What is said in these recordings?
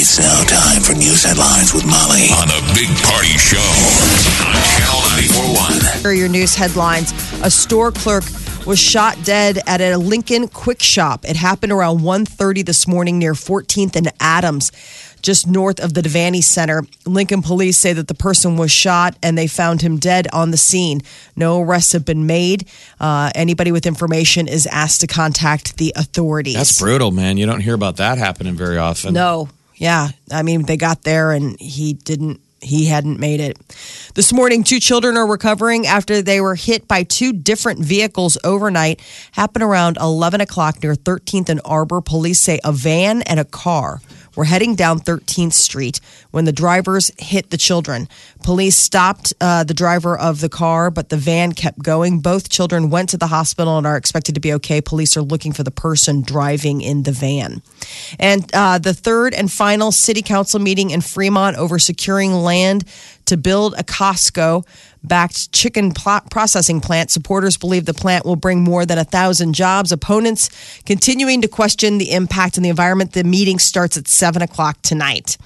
It's now time for news headlines with Molly on the Big Party Show on Channel 941. Here are your news headlines. A store clerk was shot dead at a Lincoln Quick Shop. It happened around 1:30 this morning near 14th and Adams, just north of the Devaney Center. Lincoln police say that the person was shot and they found him dead on the scene. No arrests have been made. Uh, anybody with information is asked to contact the authorities. That's brutal, man. You don't hear about that happening very often. No. Yeah. I mean, they got there and he didn't. He hadn't made it. This morning, two children are recovering after they were hit by two different vehicles overnight. Happened around 11 o'clock near 13th and Arbor. Police say a van and a car were heading down 13th Street when the drivers hit the children. Police stopped uh, the driver of the car, but the van kept going. Both children went to the hospital and are expected to be okay. Police are looking for the person driving in the van. And uh, the third and final city council meeting in Fremont over securing land to build a Costco backed chicken pl- processing plant. Supporters believe the plant will bring more than a thousand jobs. Opponents continuing to question the impact on the environment. The meeting starts at seven o'clock tonight.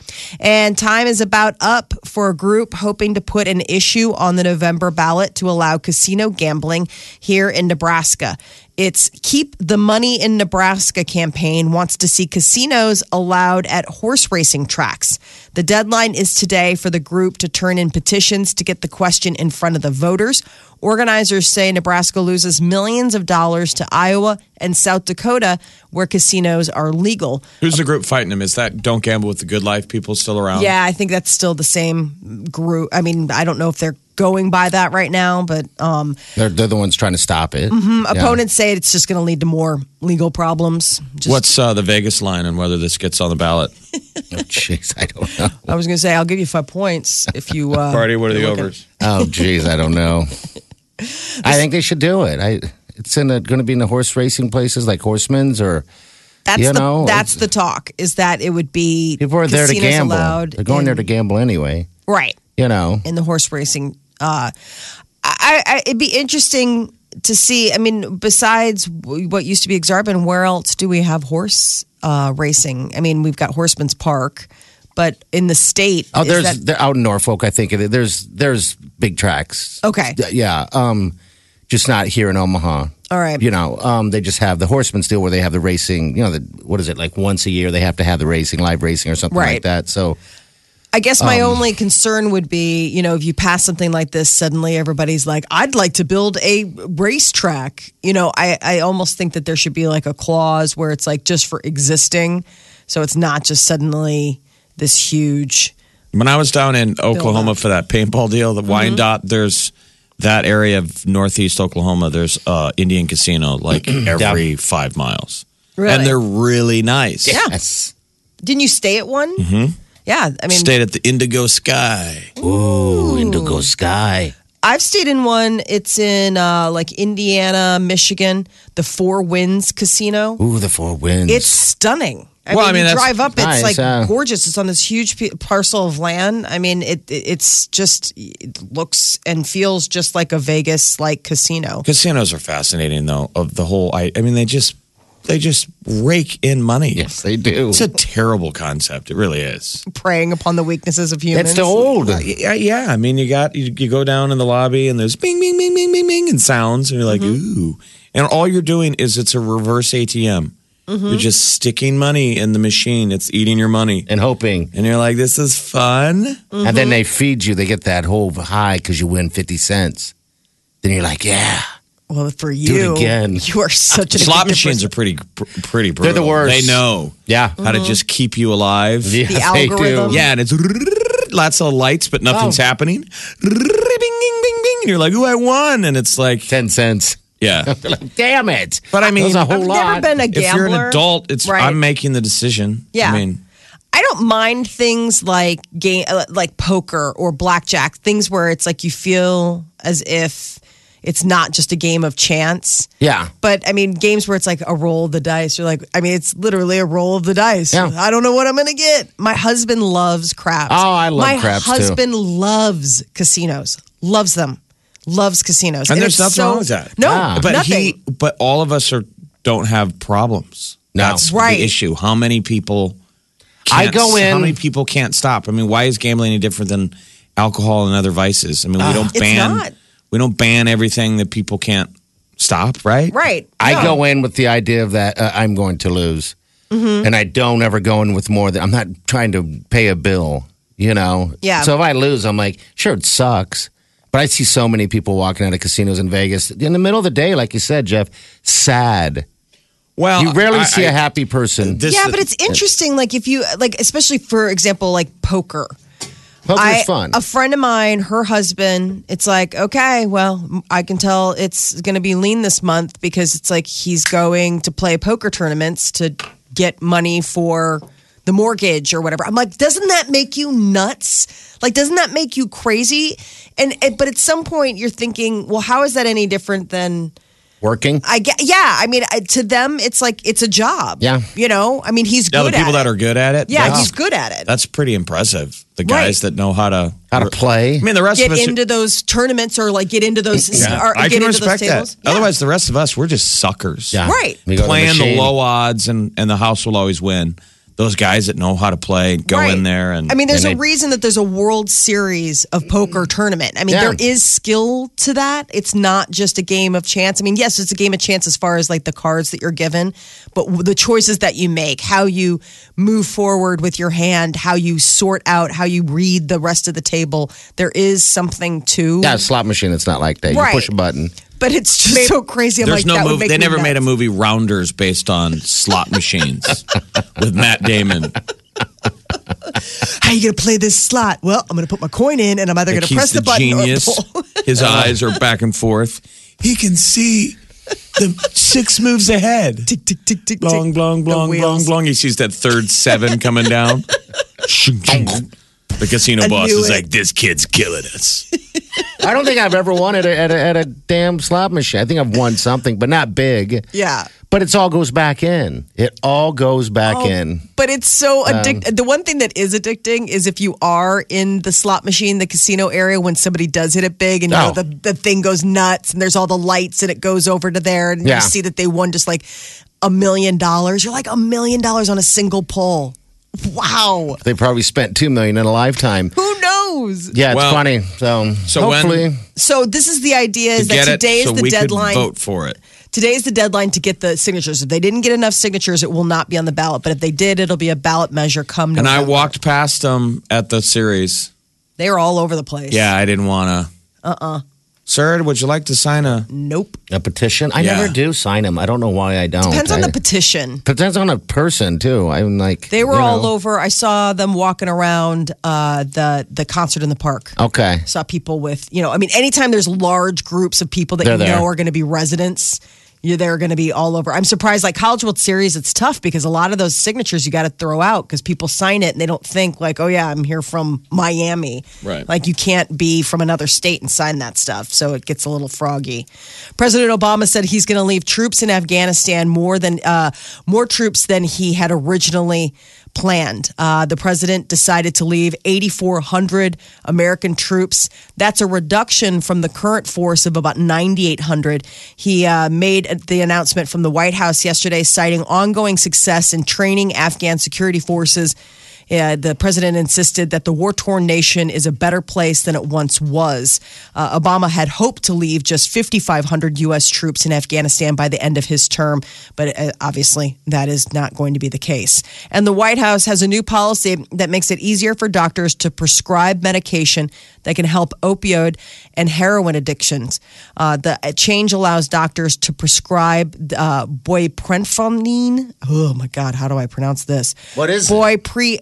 And time is about up for a group hoping to put an issue on the November ballot to allow casino gambling here in Nebraska. It's Keep the Money in Nebraska campaign wants to see casinos allowed at horse racing tracks. The deadline is today for the group to turn in petitions to get the question in front of the voters. Organizers say Nebraska loses millions of dollars to Iowa and South Dakota, where casinos are legal. Who's the group fighting him? Is that Don't Gamble with the Good Life people still around? Yeah, I think that's still the same group. I mean, I don't know if they're going by that right now, but um, They're, they're the ones trying to stop it. Mm-hmm. opponents say it's just going to lead to more legal problems. Just, What's uh, the Vegas line on whether this gets on the ballot? Oh, Jeez, I don't know. I was going to say, I'll give you five points if you. Uh, Party, what are the overs? Oh, jeez, I don't know. I think they should do it. I it's in going to be in the horse racing places like Horsemen's or That's You the know, that's the talk is that it would be people are there to casinos gamble. allowed They're going there in- to gamble anyway. right You know, in the horse racing. Uh, I, I it'd be interesting to see. I mean, besides w- what used to be Exarban, where else do we have horse uh, racing? I mean, we've got Horseman's Park, but in the state, oh, is there's that- they're out in Norfolk. I think it- there's there's big tracks. okay. D- Yeah, um, just not here in Omaha. All right. You know, um, they just have the Horsemen's deal where they have the racing. You know, the, what is it like once a year they have to have the racing, live racing or something Right. like that. So I guess my um, only concern would be, you know, if you pass something like this, suddenly everybody's like, I'd like to build a racetrack. You know, I, I almost think that there should be like a clause where it's like just for existing. So it's not just suddenly this huge. When I was down in Oklahoma for that paintball deal, the Mm-hmm. Wyandotte, there's that area of northeast Oklahoma. There's uh, Indian casino like every five miles, Really? and they're really nice. Yeah. yes, Didn't you stay at one? Mm-hmm. Yeah. I mean, Stayed at the Indigo Sky. ooh, Indigo Sky. I've stayed in one. It's in uh, like Indiana, Michigan, the Four Winds Casino. Ooh, the four winds. It's stunning. I Well, I mean, mean, you that's drive up, it's nice, like uh, gorgeous. It's on this huge p- parcel of land. I mean, it, it it's just it looks and feels just like a Vegas like casino. Casinos are fascinating though. Of the whole, I, I mean, they just they just rake in money. yes, they do. It's a terrible concept. It really is. Preying upon the weaknesses of humans. It's the old. Yeah, yeah. I mean, you got you, you go down in the lobby and there's bing, bing, bing, bing, bing, bing, and sounds, and you're like, ooh. And all you're doing is it's a reverse ATM. You're just sticking money in the machine. It's eating your money, and hoping. and you're like, this is fun. And then they feed you. They get that whole high because you win 50 cents. Then you're like, yeah. Well, for it you, again. you are such a Slot machines are pretty, pr- pretty brutal. They're the worst. They know Yeah. how to just keep you alive. Yeah, The they do. algorithm. Yeah, and it's lots of lights, but nothing's Oh. happening. Bing, bing, bing, bing. And you're like, ooh, I won. And it's like, 10 cents. Yeah. Damn it! But I mean, There's a whole I've lot. never been a gambler. if you're an adult, it's Right. I'm making the decision. Yeah. I mean, I don't mind things like game, uh, like poker or blackjack, things where it's like you feel as if it's not just a game of chance. yeah. But I mean, games where it's like a roll of the dice. You're like, I mean, it's literally a roll of the dice. Yeah. I don't know what I'm gonna get. My husband loves craps. Oh, I love My craps, too. husband loves casinos. Loves them. Loves casinos. and, it's there's nothing so- wrong with that. No, Ah. but nothing. he, but all of us are don't have problems. No. That's Right. the issue. How many people? I can't- go in- How many people can't stop? I mean, why is gambling any different than alcohol and other vices? I mean, Ah. we don't It's ban. not. We don't ban everything that people can't stop. Right. right. I No. go in with the idea of that uh, I'm going to lose, Mm-hmm. and I don't ever go in with more than I'm not trying to pay a bill. You know. Yeah. So if I lose, I'm like, sure, it sucks. But I see so many people walking out of casinos in Vegas in the middle of the day, like you said, Jeff, sad. Well, Oh, You rarely I- see a I- happy person. This, Yeah, but it's interesting. Like if you like, especially for example, like poker. Poker's I- fun. A friend of mine, her husband, it's like, okay, well, I can tell it's going to be lean this month because it's like he's going to play poker tournaments to get money for the mortgage or whatever. I'm like, doesn't that make you nuts? Like, doesn't that make you crazy? And, and but at some point, you're thinking, well, how is that any different than? Working. I get, yeah. I mean, I- to them, it's like it's a job. Yeah. you know. I mean, he's now good the people at that it. are good at it. yeah, that's, he's good at it. That's pretty impressive. The guys that know how to How to play. I mean, the rest get of us. into those tournaments or like get into those. Or I get can into respect those tables. that. Otherwise, the rest of us, we're just suckers. Yeah. Right. We go to Playing the, machine. low odds, and and the house will always win. Those guys that know how to play go Right. in there, and I mean, there's and a reason that there's a World Series of poker tournament. I mean, Yeah. there is skill to that. It's not just a game of chance. I mean, yes, it's a game of chance as far as like the cards that you're given, but w- the choices that you make, how you move forward with your hand, how you sort out, how you read the rest of the table. There is something to. Yeah, a slot machine. It's not like that. You Right. push a button. But it's just so crazy. I'm there's like, no that would movie. make They me never made a nuts. movie Rounders based on slot machines with Matt Damon. How you gonna play this slot? Well, I'm gonna put my coin in, and I'm either gonna Like, he's press the, button genius. or pull. His eyes are back and forth. He can see the six moves ahead. tick tick tick tick. Blong, tick. blong, The blong, blong, wheels. blong. He sees that third seven coming down. Shing, shing. the casino I boss knew is it. like, this kid's killing us. I don't think I've ever won at a, at a, at a damn slot machine. I think I've won something, but not big. Yeah. But it's all goes back in. It all goes back Oh. in. But it's so Um, addicting. the one thing that is addicting is if you are in the slot machine, the casino area, when somebody does hit it big and you know, Oh. the, the thing goes nuts and there's all the lights and it goes over to there and Yeah. you see that they won just like a million dollars. You're like a million dollars on a single pull. Wow. They probably spent two million in a lifetime. Who knows? Yeah, it's Well, funny. So, so when- hopefully, So this is the idea is that Get it? today is so the we deadline. Could vote for it. Today is the deadline to get the signatures. If they didn't get enough signatures, it will not be on the ballot. But if they did, it'll be a ballot measure come And November. I walked past them at the series. They were all over the place. Yeah, I didn't want to. Uh uh Uh-uh. Sir, would you like to sign a? Nope. a petition. I Yeah. never do sign them. I don't know why I don't. Depends I, on the petition. depends on a person too. I'm like They were you all know. over. I saw them walking around uh, the the concert in the park. Okay, Saw people with you know. I mean, anytime there's large groups of people that They're you there. know are going to be residents, you're they're going to be all over. I'm surprised. Like College World Series, it's tough because a lot of those signatures you got to throw out because people sign it and they don't think like, oh yeah, I'm here from Miami. Right. Like you can't be from another state and sign that stuff. So it gets a little froggy. President Obama said he's going to leave troops in Afghanistan more than uh, more troops than he had originally planned. Uh, the president decided to leave 8,400 American troops. That's a reduction from the current force of about 9,800. He uh, made the announcement from the White House yesterday, citing ongoing success in training Afghan security forces. Yeah, the president insisted that the war torn nation is a better place than it once was. Uh, Obama had hoped to leave just 5,500 U.S. troops in Afghanistan by the end of his term, but uh, obviously that is not going to be the case. And the White House has a new policy that makes it easier for doctors to prescribe medication that can help opioid and heroin addictions. Uh, the change allows doctors to prescribe uh, boyprenphrine. Oh my God, how do I pronounce this? What is it? boy pre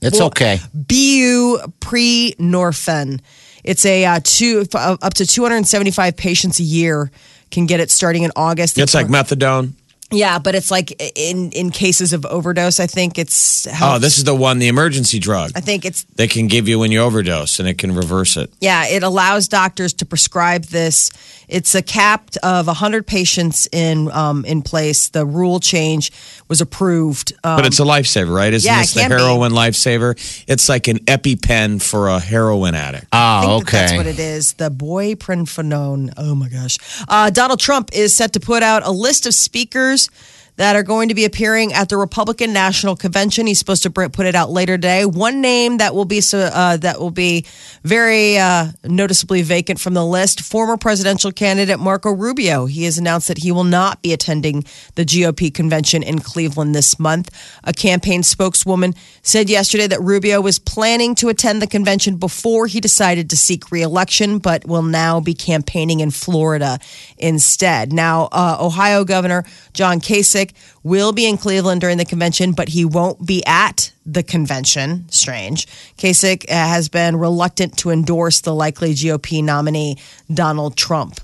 it's well, okay. Bu prenorphen. It's a uh, two f- uh, up to 275 patients a year can get it starting in August. It's like methadone. yeah, but it's like in in cases of overdose. I think it's Oh, this is the one, the emergency drug I think it's they can give you when you overdose and it can reverse it. Yeah, it allows doctors to prescribe this. It's a cap of 100 patients in um, in place. The rule change was approved. Um, But it's a lifesaver, right? Isn't yeah, this it the can be. heroin lifesaver? It's like an EpiPen for a heroin addict. I Ah, think that that's okay. what it is. The boy prenphenone. Oh my gosh. Uh, Donald Trump is set to put out a list of speakers that are going to be appearing at the Republican National Convention. He's supposed to br- put it out later today. One name that will be so, uh, that will be very uh, noticeably vacant from the list: former presidential candidate Marco Rubio. He has announced that he will not be attending the GOP convention in Cleveland this month. A campaign spokeswoman said yesterday that Rubio was planning to attend the convention before he decided to seek reelection, but will now be campaigning in Florida instead. Now, uh, Ohio Governor John Kasich will be in Cleveland during the convention, but he won't be at the convention. Strange. Kasich uh, has been reluctant to endorse the likely GOP nominee, Donald Trump.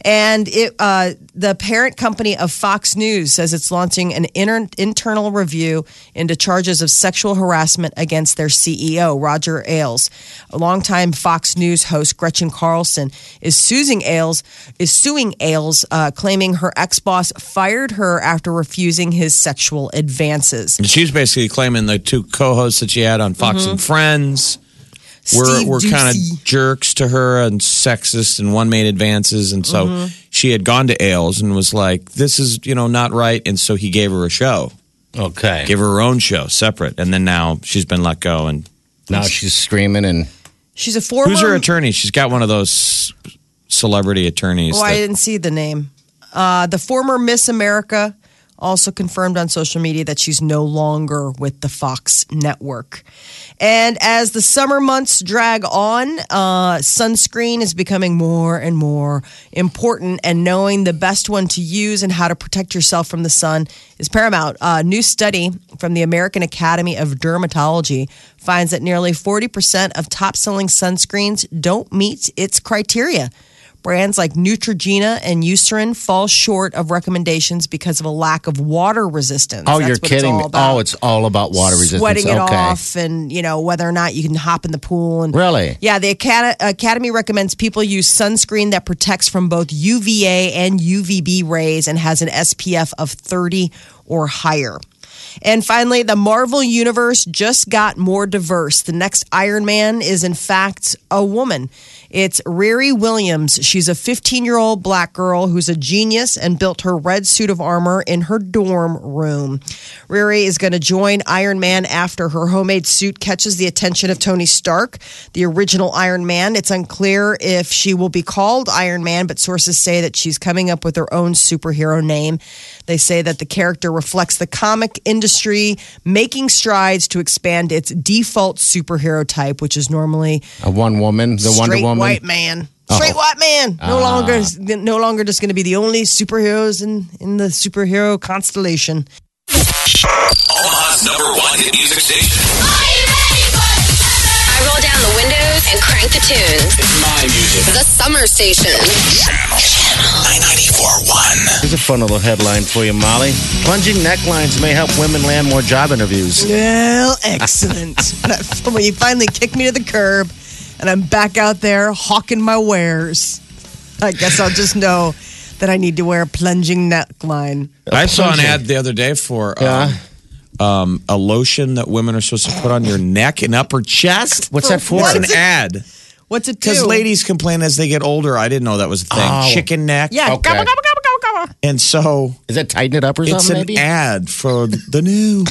And it, uh, the parent company of Fox News says it's launching an inter- internal review into charges of sexual harassment against their CEO, Roger Ailes. A longtime Fox News host, Gretchen Carlson, is suing Ailes, is suing Ailes, uh, claiming her ex boss fired her after refusing his sexual advances. And she's basically claiming the two co-hosts that she had on Fox and Friends were Steve were kind Ducey. of jerks to her and sexist, and one made advances, and so she had gone to Ailes and was like, "This is you know not right," and so he gave her a show, Okay. gave her her own show separate, and then now she's been let go. And Now she's screaming and She's a former. who's her attorney? She's got one of those celebrity attorneys. Oh, I that- didn't see the name. Uh, the former Miss America also confirmed on social media that she's no longer with the Fox network. And as the summer months drag on, uh, sunscreen is becoming more and more important, and knowing the best one to use and how to protect yourself from the sun is paramount. A new study from the American Academy of Dermatology finds that nearly 40% of top selling sunscreens don't meet its criteria. Brands like Neutrogena and Eucerin fall short of recommendations because of a lack of water resistance. oh, That's you're what it's kidding all me. about. Oh, it's all about water resistance. Sweating it okay. off, and you know whether or not you can hop in the pool. And Really? yeah, the acad- academy recommends people use sunscreen that protects from both UVA and UVB rays and has an SPF of 30 or higher. And finally, the Marvel Universe just got more diverse. The next Iron Man is, in fact, a woman. It's Riri Williams. She's a 15 year old black girl who's a genius and built her red suit of armor in her dorm room. Riri is going to join Iron Man after her homemade suit catches the attention of Tony Stark, the original Iron Man. It's unclear if she will be called Iron Man, but sources say that she's coming up with her own superhero name. They say that the character reflects the comic industry making strides to expand its default superhero type, which is normally A one woman, the Wonder straight Woman. white man. Oh. Straight white man, Ah. no longer, no longer just going to be the only superheroes in in the superhero constellation. Omaha's number one hit music station. I roll down the windows and crank the tunes. It's my music. The Summer Station. Channel 941. Here's a fun little headline for you, Molly. Plunging necklines may help women land more job interviews. Well, excellent. But when you finally kick me to the curb and I'm back out there hawking my wares, I guess I'll just know that I need to wear a plunging neckline. I saw an ad the other day for um, um, a lotion that women are supposed to put on your neck and upper chest. What's that for? It's an ad. What's it do? Because ladies complain as they get older. I didn't know that was a thing. Oh. Chicken neck. Yeah, Okay. gobble, gobble, gobble, gobble, gobble. And so Is that tighten it up or it's an something? maybe? ad for the new,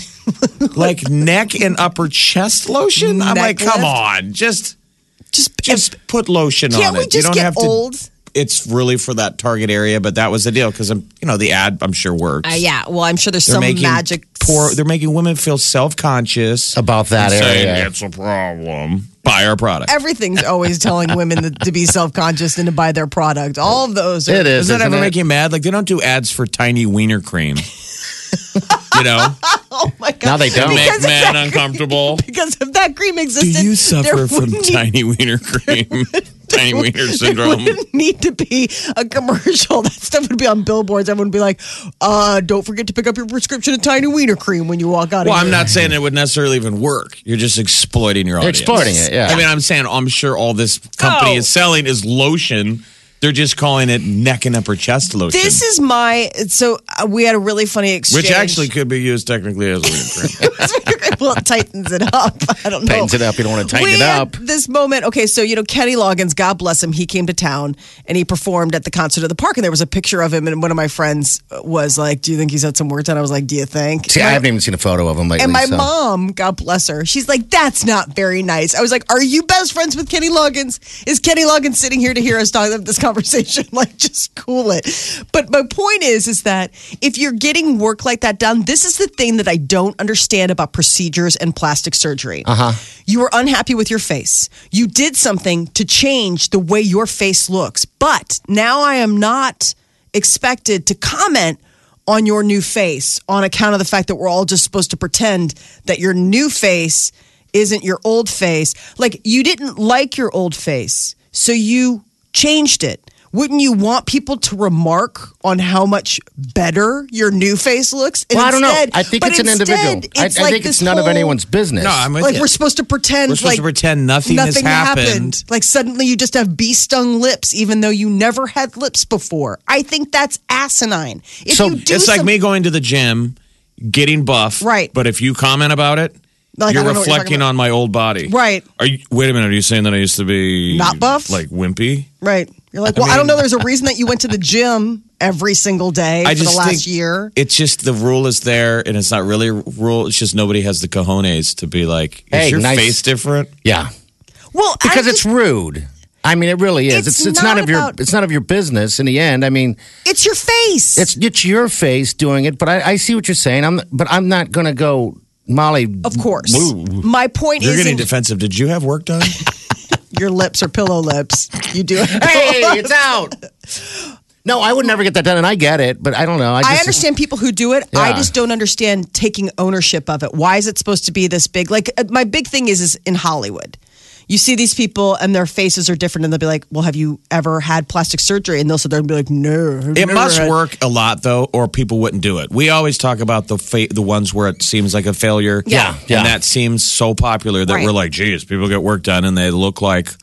like neck and upper chest lotion. I'm Neck like, come lift? on, just Just, just put lotion on can't it. we you just don't get have to. old? It's really for that target area, but that was the deal because I'm, you know, the ad I'm sure works. Uh, yeah, well, I'm sure there's They're some making magic. poor. They're making women feel self conscious About that area. it's a problem. Buy our product. Everything's always telling women that, to be self conscious and to buy their product. All of those. Are, It Does is. that isn't ever it? make you mad? Like they don't do ads for tiny wiener cream. you know, Oh my god! Now they don't. Make Because of men that- uncomfortable. Because if that cream Do existed, you there suffer from wouldn't tiny wiener cream? tiny wiener There syndrome. wouldn't need to be a commercial. That stuff would be on billboards. Everyone would be like, uh, "Don't forget to pick up your prescription of Tiny Wiener Cream when you walk out." Well, of I'm here. not saying it would necessarily even work. You're just exploiting your audience. exploiting it, yeah. I mean, I'm saying I'm sure all this company Oh. is selling is lotion. They're just calling it neck and upper chest lotion. This is my so uh, we had a really funny exchange. which actually could be used technically as a wiener cream. well, it tightens it up. I don't know. Tightens it up. You don't want to tighten we it had up. This moment, okay, so you know Kenny Loggins, God bless him, he came to town and he performed at the concert of the park, and there was a picture of him, and one of my friends was like, "Do you think he's had some work done?" I was like, "Do you think?" See, I haven't even seen a photo of him lately. and my so. mom, God bless her, she's like, "That's not very nice." I was like, "Are you best friends with Kenny Loggins? Is Kenny Loggins sitting here to hear us talk about this conversation? like, just cool it." But my point is, is that if you're getting work like that done, this is the thing that I don't understand about procedures and plastic surgery. Uh huh. You were unhappy with your face. You did something to change the way your face looks, but now I am not expected to comment on your new face on account of the fact that we're all just supposed to pretend that your new face isn't your old face. Like you didn't like your old face, so you changed it. Wouldn't you want people to remark on how much better your new face looks? And Well, I don't know. instead- I think but it's an individual. instead, I, it's I like think it's this none of whole- anyone's business. no, I'm with Like you. we're supposed to pretend. We're supposed like to pretend nothing has happened. Like suddenly you just have bee stung lips, even though you never had lips before. I think that's asinine. If So you do it's like some- me going to the gym, getting buff. Right. But if you comment about it, Like, I you're don't know what you're reflecting talking on my old body. Right. Are you, wait a minute. Are you saying that I used to be Not buff? like wimpy? Right. You're like, well, I, don't know. There's a reason that you went to the gym every single day I for the just last think year. It's just the rule is there, and it's not really a rule. It's just nobody has the cojones to be like, is Hey, your nice. face different? yeah, Well, I because it's just- rude. I mean, it really is. It's It's it's, none not of your about- it's none of your business. In the end, I mean, it's your face. it's it's your face doing it. But I, I see what you're saying. I'm but I'm not gonna go Molly. of course. My point You're getting is, defensive. Did you have work done? your lips are pillow lips. You do. Hey, it's out. No, I would never get that done, and I get it, but I don't know. I, just, I understand people who do it. I Yeah. just don't understand taking ownership of it. Why is it supposed to be this big? Like uh, my big thing is is in Hollywood. You see these people and their faces are different, and they'll be like, "Well, have you ever had plastic surgery?" And they'll sit there and be like, "No." I've It never must had-" work a lot though, or people wouldn't do it. We always talk about the fa- the ones where it seems like a failure. Yeah, yeah. And that seems so popular that we're like, geez, people get work done and they look like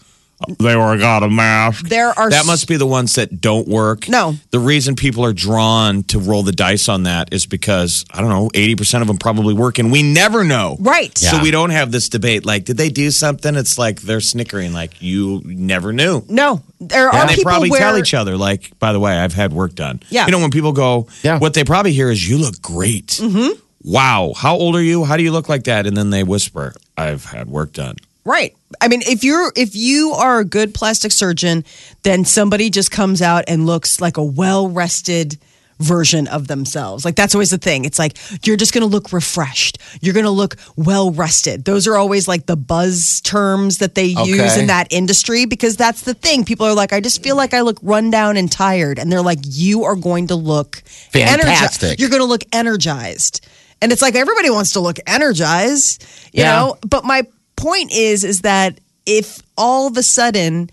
they were got a mask. There are that must be the ones that don't work. No. the reason people are drawn to roll the dice on that is because I don't know, eighty percent of them probably work, and we never know. Right. So we don't Um, have this debate. Like, did they do something? It's like they're snickering, like you never knew. No, there are And they people probably where tell each other, like, by the way, I've had work done. Yeah. You know, when people go, Yeah. what they probably hear is, you look great. Mm-hmm. Wow. How old are you? How do you look like that? And then they whisper, I've had work done. Right. I mean, if you're if you are a good plastic surgeon, then somebody just comes out and looks like a well-rested version of themselves. Like that's always the thing. It's like you're just going to look refreshed. You're going to look well-rested. Those are always like the buzz terms that they use Okay. in that industry because that's the thing. People are like, "I just feel like I look run down and tired." And they're like, "You are going to look energi- Fantastic. You're going to look energized." And it's like everybody wants to look energized, you Yeah. know? but my point is is that if all of a sudden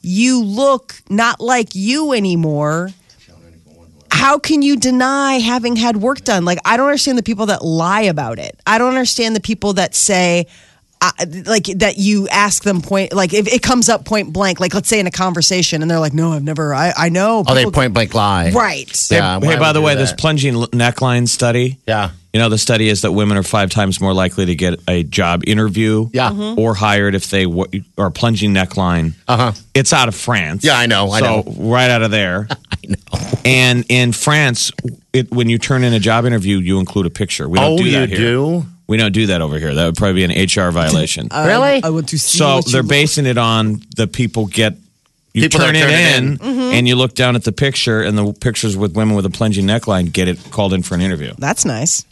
you look not like you anymore how can you deny having had work done like i don't understand the people that lie about it i don't understand the people that say I, like that you ask them point like if it comes up point blank like let's say in a conversation and they're like no i've never i, I know Oh, they People- point blank lie. right Yeah. Um, why hey, by would the you way, do this that? plunging l- neckline study. Yeah. You know, the study is that women are five times more likely to get a job interview Yeah. Mhm. or hired if they w- are plunging neckline. Uh-huh. Uh huh. It's out of France. Yeah, I know, I so right out of there. I know. And in France, it, when you turn in a job interview, you include a picture. We don't Oh, do you that here. do? We don't do that over here. That would probably be an HR violation. Really? i want to see so what Uh, you they're look- basing it on the people get. You People turn that it turn it in, in. Mm-hmm. and you look down at the picture, and the pictures with women with a plunging neckline get it called in for an interview. that's nice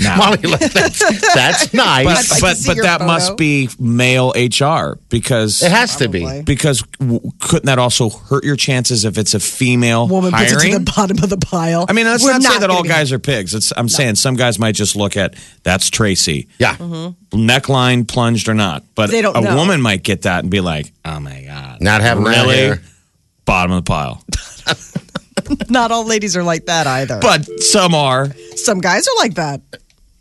now. Mommy, like, that's, that's nice. I'd like to but see but your that photo. must be male HR because it has to be. Probably. because w- couldn't that also hurt your chances if it's a female Woman hiring? puts it to the bottom of the pile. I mean, let's We're not, say that gonna all be- guys are pigs. It's, I'm saying some guys might just look at that's Tracy, Yeah. Mm-hmm. neckline plunged or not. But They don't a know. woman might get that and be like, oh my god, Not having that really hair. bottom of the pile. Not all ladies are like that either. But some are. some guys are like that.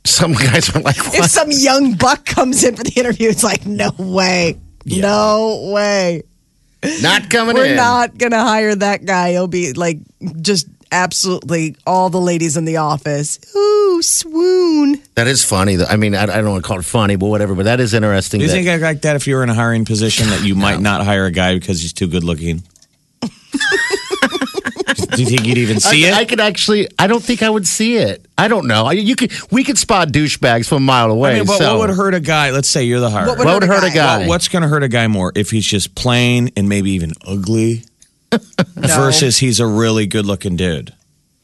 Some guys are like, what? If some young buck comes in for the interview, it's like, no way. No way. not coming We're in. not going to hire that guy. He'll be like just absolutely all the ladies in the office. Ooh, swoon. That is funny. Though. I mean, I, I don't want to call it funny, but whatever. But that is interesting. Do you that- think I like that if you were in a hiring position that you might not hire a guy because he's too good looking? Do you think you'd even see I, it? I could actually. I don't think I would see it. I don't know. I, you could. We could spot douchebags from a mile away. I mean, but so. what would hurt a guy? Let's say you're the hirer. What What would hurt a guy? What's going to hurt a guy more if he's just plain and maybe even ugly versus he's a really good looking dude?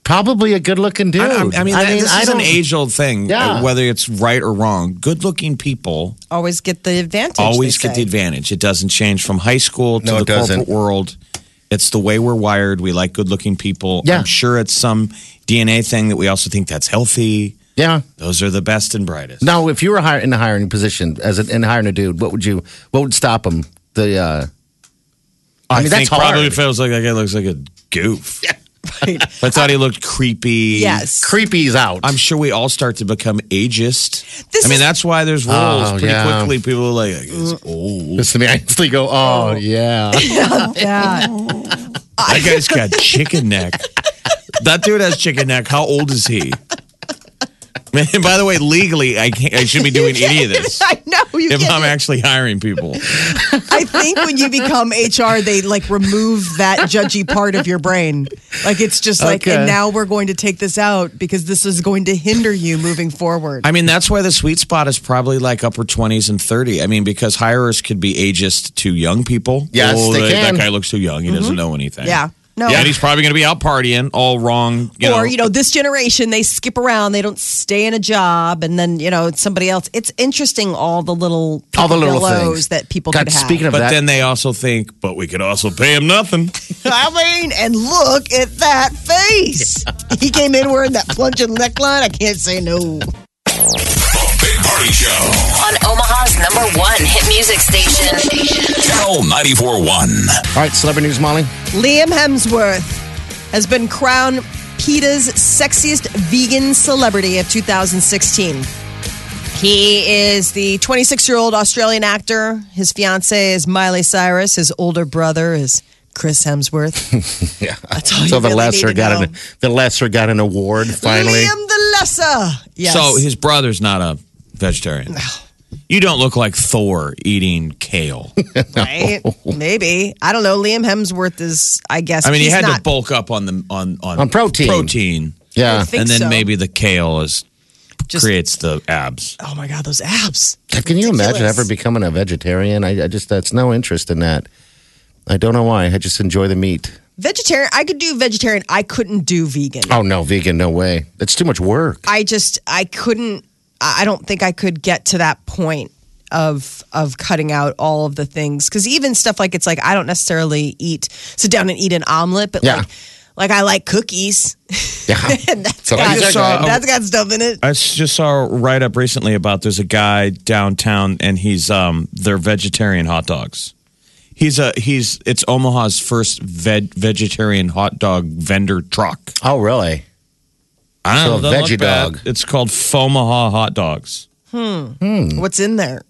Probably a good-looking dude. I, I mean, that- this I is don't. an age old thing, Yeah. uh, whether it's right or wrong. Good looking people Always get the advantage. always they get the say. advantage. It doesn't change from high school to No, the it doesn't. corporate world. It's the way we're wired. We like good looking people. Yeah. I'm sure it's some DNA thing that we also think that's healthy. Yeah. Those are the best and brightest. No, if you were hire, in a hiring position as an, in hiring a dude, what would you? What would stop him? The uh, I mean, think that's probably hard. feels like that guy looks like a goof. I thought he looked creepy. Yes. creepies out. I'm sure we all start to become ageist. This I mean, is- that's why there's rules. Oh, Pretty yeah. quickly, people are like, "It's old. Listen to me. I instantly go, oh yeah. Yeah. That guy's got chicken neck. That dude has chicken neck. How old is he? Man, by the way, legally, I can't. I shouldn't be doing any of this I know you if can't I'm actually hiring people. I think when you become HR, they like remove that judgy part of your brain. Like it's just like, Okay. and now we're going to take this out because this is going to hinder you moving forward. I mean, that's why the sweet spot is probably like upper 20s and 30. I mean, because hirers could be ageist to young people. Yes, oh, they that, can. that guy looks too young. He doesn't know anything. Mm-hmm. Yeah. No. And he's probably going to be out partying all wrong. You or know. you know, this generation they skip around, they don't stay in a job, and then you know it's somebody else. It's interesting all the little All the little peccadillos things. that people God, could have. speaking of But that, then they also think, but we could also pay him nothing. I mean, and look at that face. He came in wearing that plunging neckline. I can't say no. Big Party Show. On Omaha's number one hit music station. Channel 94.1. all right, celebrity news, Molly. Liam Hemsworth has been crowned PETA's sexiest vegan celebrity of 2016. He is the 26 year old Australian actor. His fiance is Miley Cyrus. His older brother is Chris Hemsworth. Yeah. That's all you so the really lesser need to got know. an the lesser got an award finally. Liam the Lesser. Yes. So his brother's not a vegetarian. You don't look like Thor eating kale. right? Maybe. I don't know. Liam Hemsworth is, I guess. I mean, he he's had not, to bulk up on the on on, On protein. protein, Yeah. I think and then so. maybe the kale is Just- creates the abs. Oh my God, those abs. Can you imagine Ridiculous. ever becoming a vegetarian? I, I just that's no interest in that. I don't know why. I just enjoy the meat. Vegetarian. I could do vegetarian. I couldn't do vegan. Oh no, vegan, no way. That's too much work. I just I couldn't I I don't think I could get to that point of of cutting out all of the things cuz even stuff like it's like I don't necessarily eat sit down and eat an omelet but Yeah. like like I like cookies Yeah. and that's So got, these are good. that's got stuff in it. I s- just saw a write up recently about there's a guy downtown and he's um they're vegetarian hot dogs. He's a he's it's Omaha's first veg, vegetarian hot dog vendor truck. Oh really? I So a it doesn't veggie look bad. dog. It's called Fomaha hot dogs. What's in there?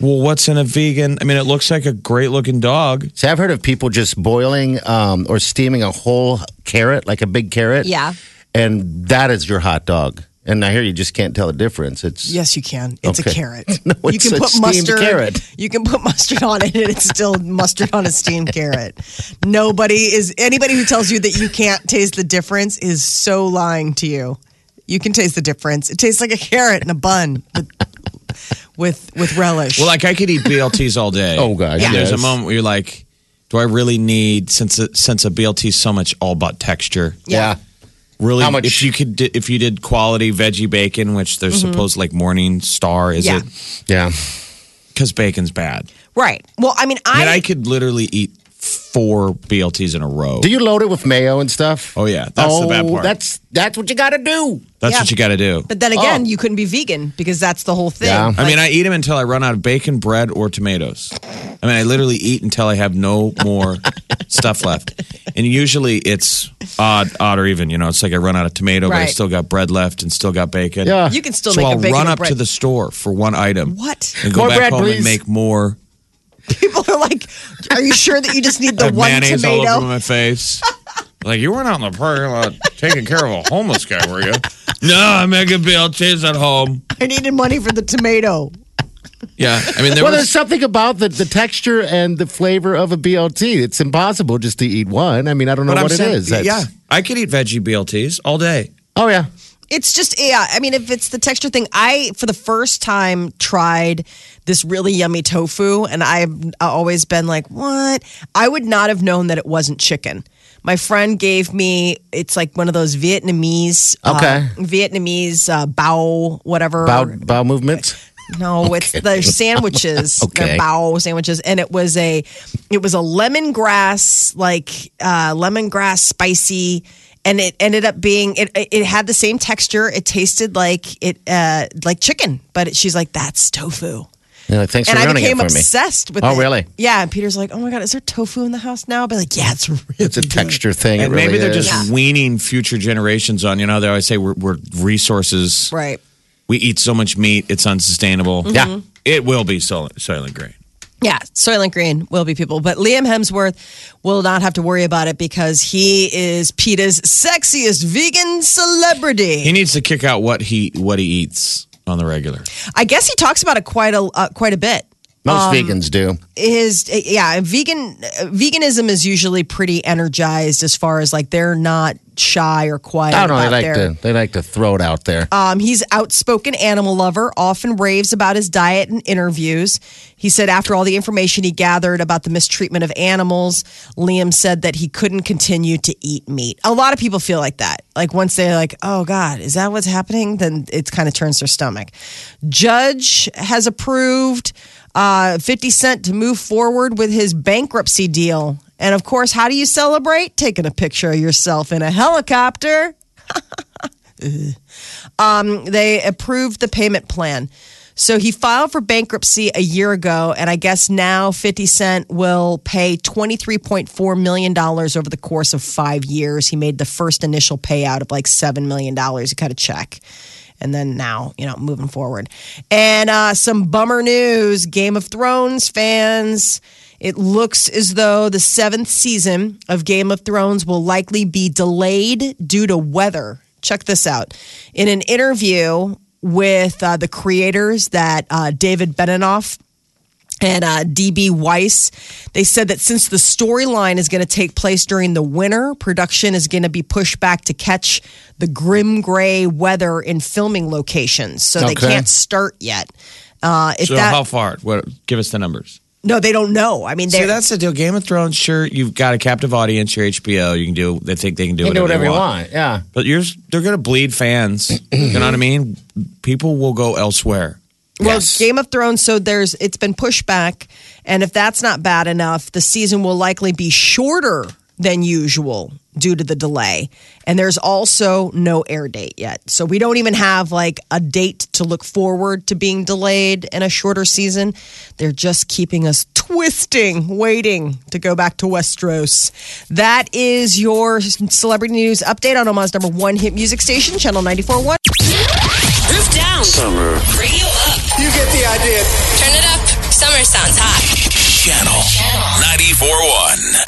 Well, what's in a vegan? I mean, it looks like a great looking dog. See, I've heard of people just boiling um, or steaming a whole carrot, like a big carrot. Yeah. And that is your hot dog. And I hear you just can't tell the difference. It's Yes, you can. It's a Okay. carrot. No, you it's can a put steamed mustard. carrot. You can put mustard on it, and it's still mustard on a steamed carrot. Nobody is anybody who tells you that you can't taste the difference is so lying to you. You can taste the difference. It tastes like a carrot in a bun with with, with relish. Well, like I could eat BLTs all day. Oh, gosh, And There's a yes. moment where you're like, do I really need since since a BLT is so much all about texture? yeah. Really, How much- if you could, di- if you did quality veggie bacon, which they're supposed like Morning Star, is Yeah. it? Mm-hmm. Yeah. Because bacon's bad. Right. Well, I mean, I I, mean, I could literally eat four BLTs in a row. Do you load it with mayo and stuff? Oh, yeah. That's the bad Oh, part. That's that's what you got to do. That's yeah. what you got to do. but then again, Oh. you couldn't be vegan because that's the whole thing. Yeah. I mean, I eat them until I run out of bacon, bread, or tomatoes. I mean, I literally eat until I have no more stuff left. And usually it's odd, odd or even. You know, it's like I run out of tomato, but I Right. still got bread left and still got bacon. Yeah. you can still so make I'll a bacon run and up to bread. the store for one item. What? And go More back bread, home please. and make more. People are like, are you sure that you just need the I have one mayonnaise all over tomato? my face. like you weren't out in the parking lot taking care of a homeless guy, were you? No, I'm making BLTs at home. I needed money for the tomato. Yeah, I mean there Well, was there's something about the, the texture and the flavor of a BLT. It's impossible just to eat one. I mean, I don't know But I'm what it is. saying- That's- Yeah, I could eat veggie BLTs all day. Oh, yeah. It's just, yeah. I mean, if it's the texture thing, I, for the first time, tried this really yummy tofu, and I've always been like, what? I would not have known that it wasn't chicken. My friend gave me, it's like one of those Vietnamese, uh, Okay. Vietnamese uh, bao, whatever. Bowel, bowel movements. No, it's the sandwiches. Okay. They're bao sandwiches. And it was a it was a lemongrass, like uh lemongrass spicy. And it ended up being it it had the same texture. It tasted like it uh like chicken, but it, she's like, That's tofu. You're like, Thanks And for I ruining it became for obsessed with Oh, it. really? Yeah. And Peter's like, Oh my god, is there tofu in the house now? I'll be like, Yeah, it's really me. It's a texture thing. And it really maybe they're is. just weaning future generations on. You know, they always say we're, we're resources. right. We eat so much meat, it's unsustainable. Yeah. It will be silent, silent green. Yeah, Soylent Green will be people, but Liam Hemsworth will not have to worry about it because he is PETA's sexiest vegan He celebrity. needs to kick out what he what he eats on the regular. I guess he talks about it quite a uh, quite a bit. Most vegans do. His yeah, vegan uh, veganism is usually pretty energized as far as like they're not shy or quiet. I don't know. They about like, their- to, they like to throw it out there. Um, he's outspoken animal lover, often raves about his diet in interviews. He said after all the information he gathered about the mistreatment of animals, Liam said that he couldn't continue to eat meat. A lot of people feel like that. Like once they're like, "Oh God, is that what's happening?" Then it kind of turns their stomach. Judge has approved uh, Fifty Cent to move forward with his bankruptcy deal. And of course, how do you celebrate? Taking a picture of yourself in a helicopter they approved the payment plan. So he filed for bankruptcy a year ago, and I guess now 50 Cent will pay $23.4 million over the course of five years. He made the first initial payout of like $7 million. He cut a check. And then now, you know, moving forward. And uh, some bummer news Game of Thrones fans. It looks as though the seventh season of Game of Thrones will likely be delayed due to weather. Check this out. In an interview with uh, the creators that uh, David Benioff and uh, DB Weiss, they said that since the storyline is going to take place during the winter, production is going to be pushed back to catch the grim gray weather in filming locations. So they Okay. can't start yet. Uh, if So that, how far? What? Give us the numbers. no, they don't know. I mean, See, they're, that's the deal. Game of Thrones. Sure, you've got a captive audience. Your HBO. You can do. They think they can do You can do whatever, whatever they you want. want. Yeah. But you're, they're going to bleed fans. you know what I mean? People will go elsewhere. Well, Yes. Game of Thrones, so there's it's been pushed back, and if that's not bad enough, the season will likely be shorter than usual due to the delay. And there's also no air date yet. So we don't even have like a date to look forward to being delayed in a shorter season. They're just keeping us twisting, waiting to go back to Westeros. That is your celebrity news update on Omaha's number 1 hit music station, channel 941. Roof down. Summer. Radio up. You get the idea. Turn it up. Summer sounds hot. Channel 941.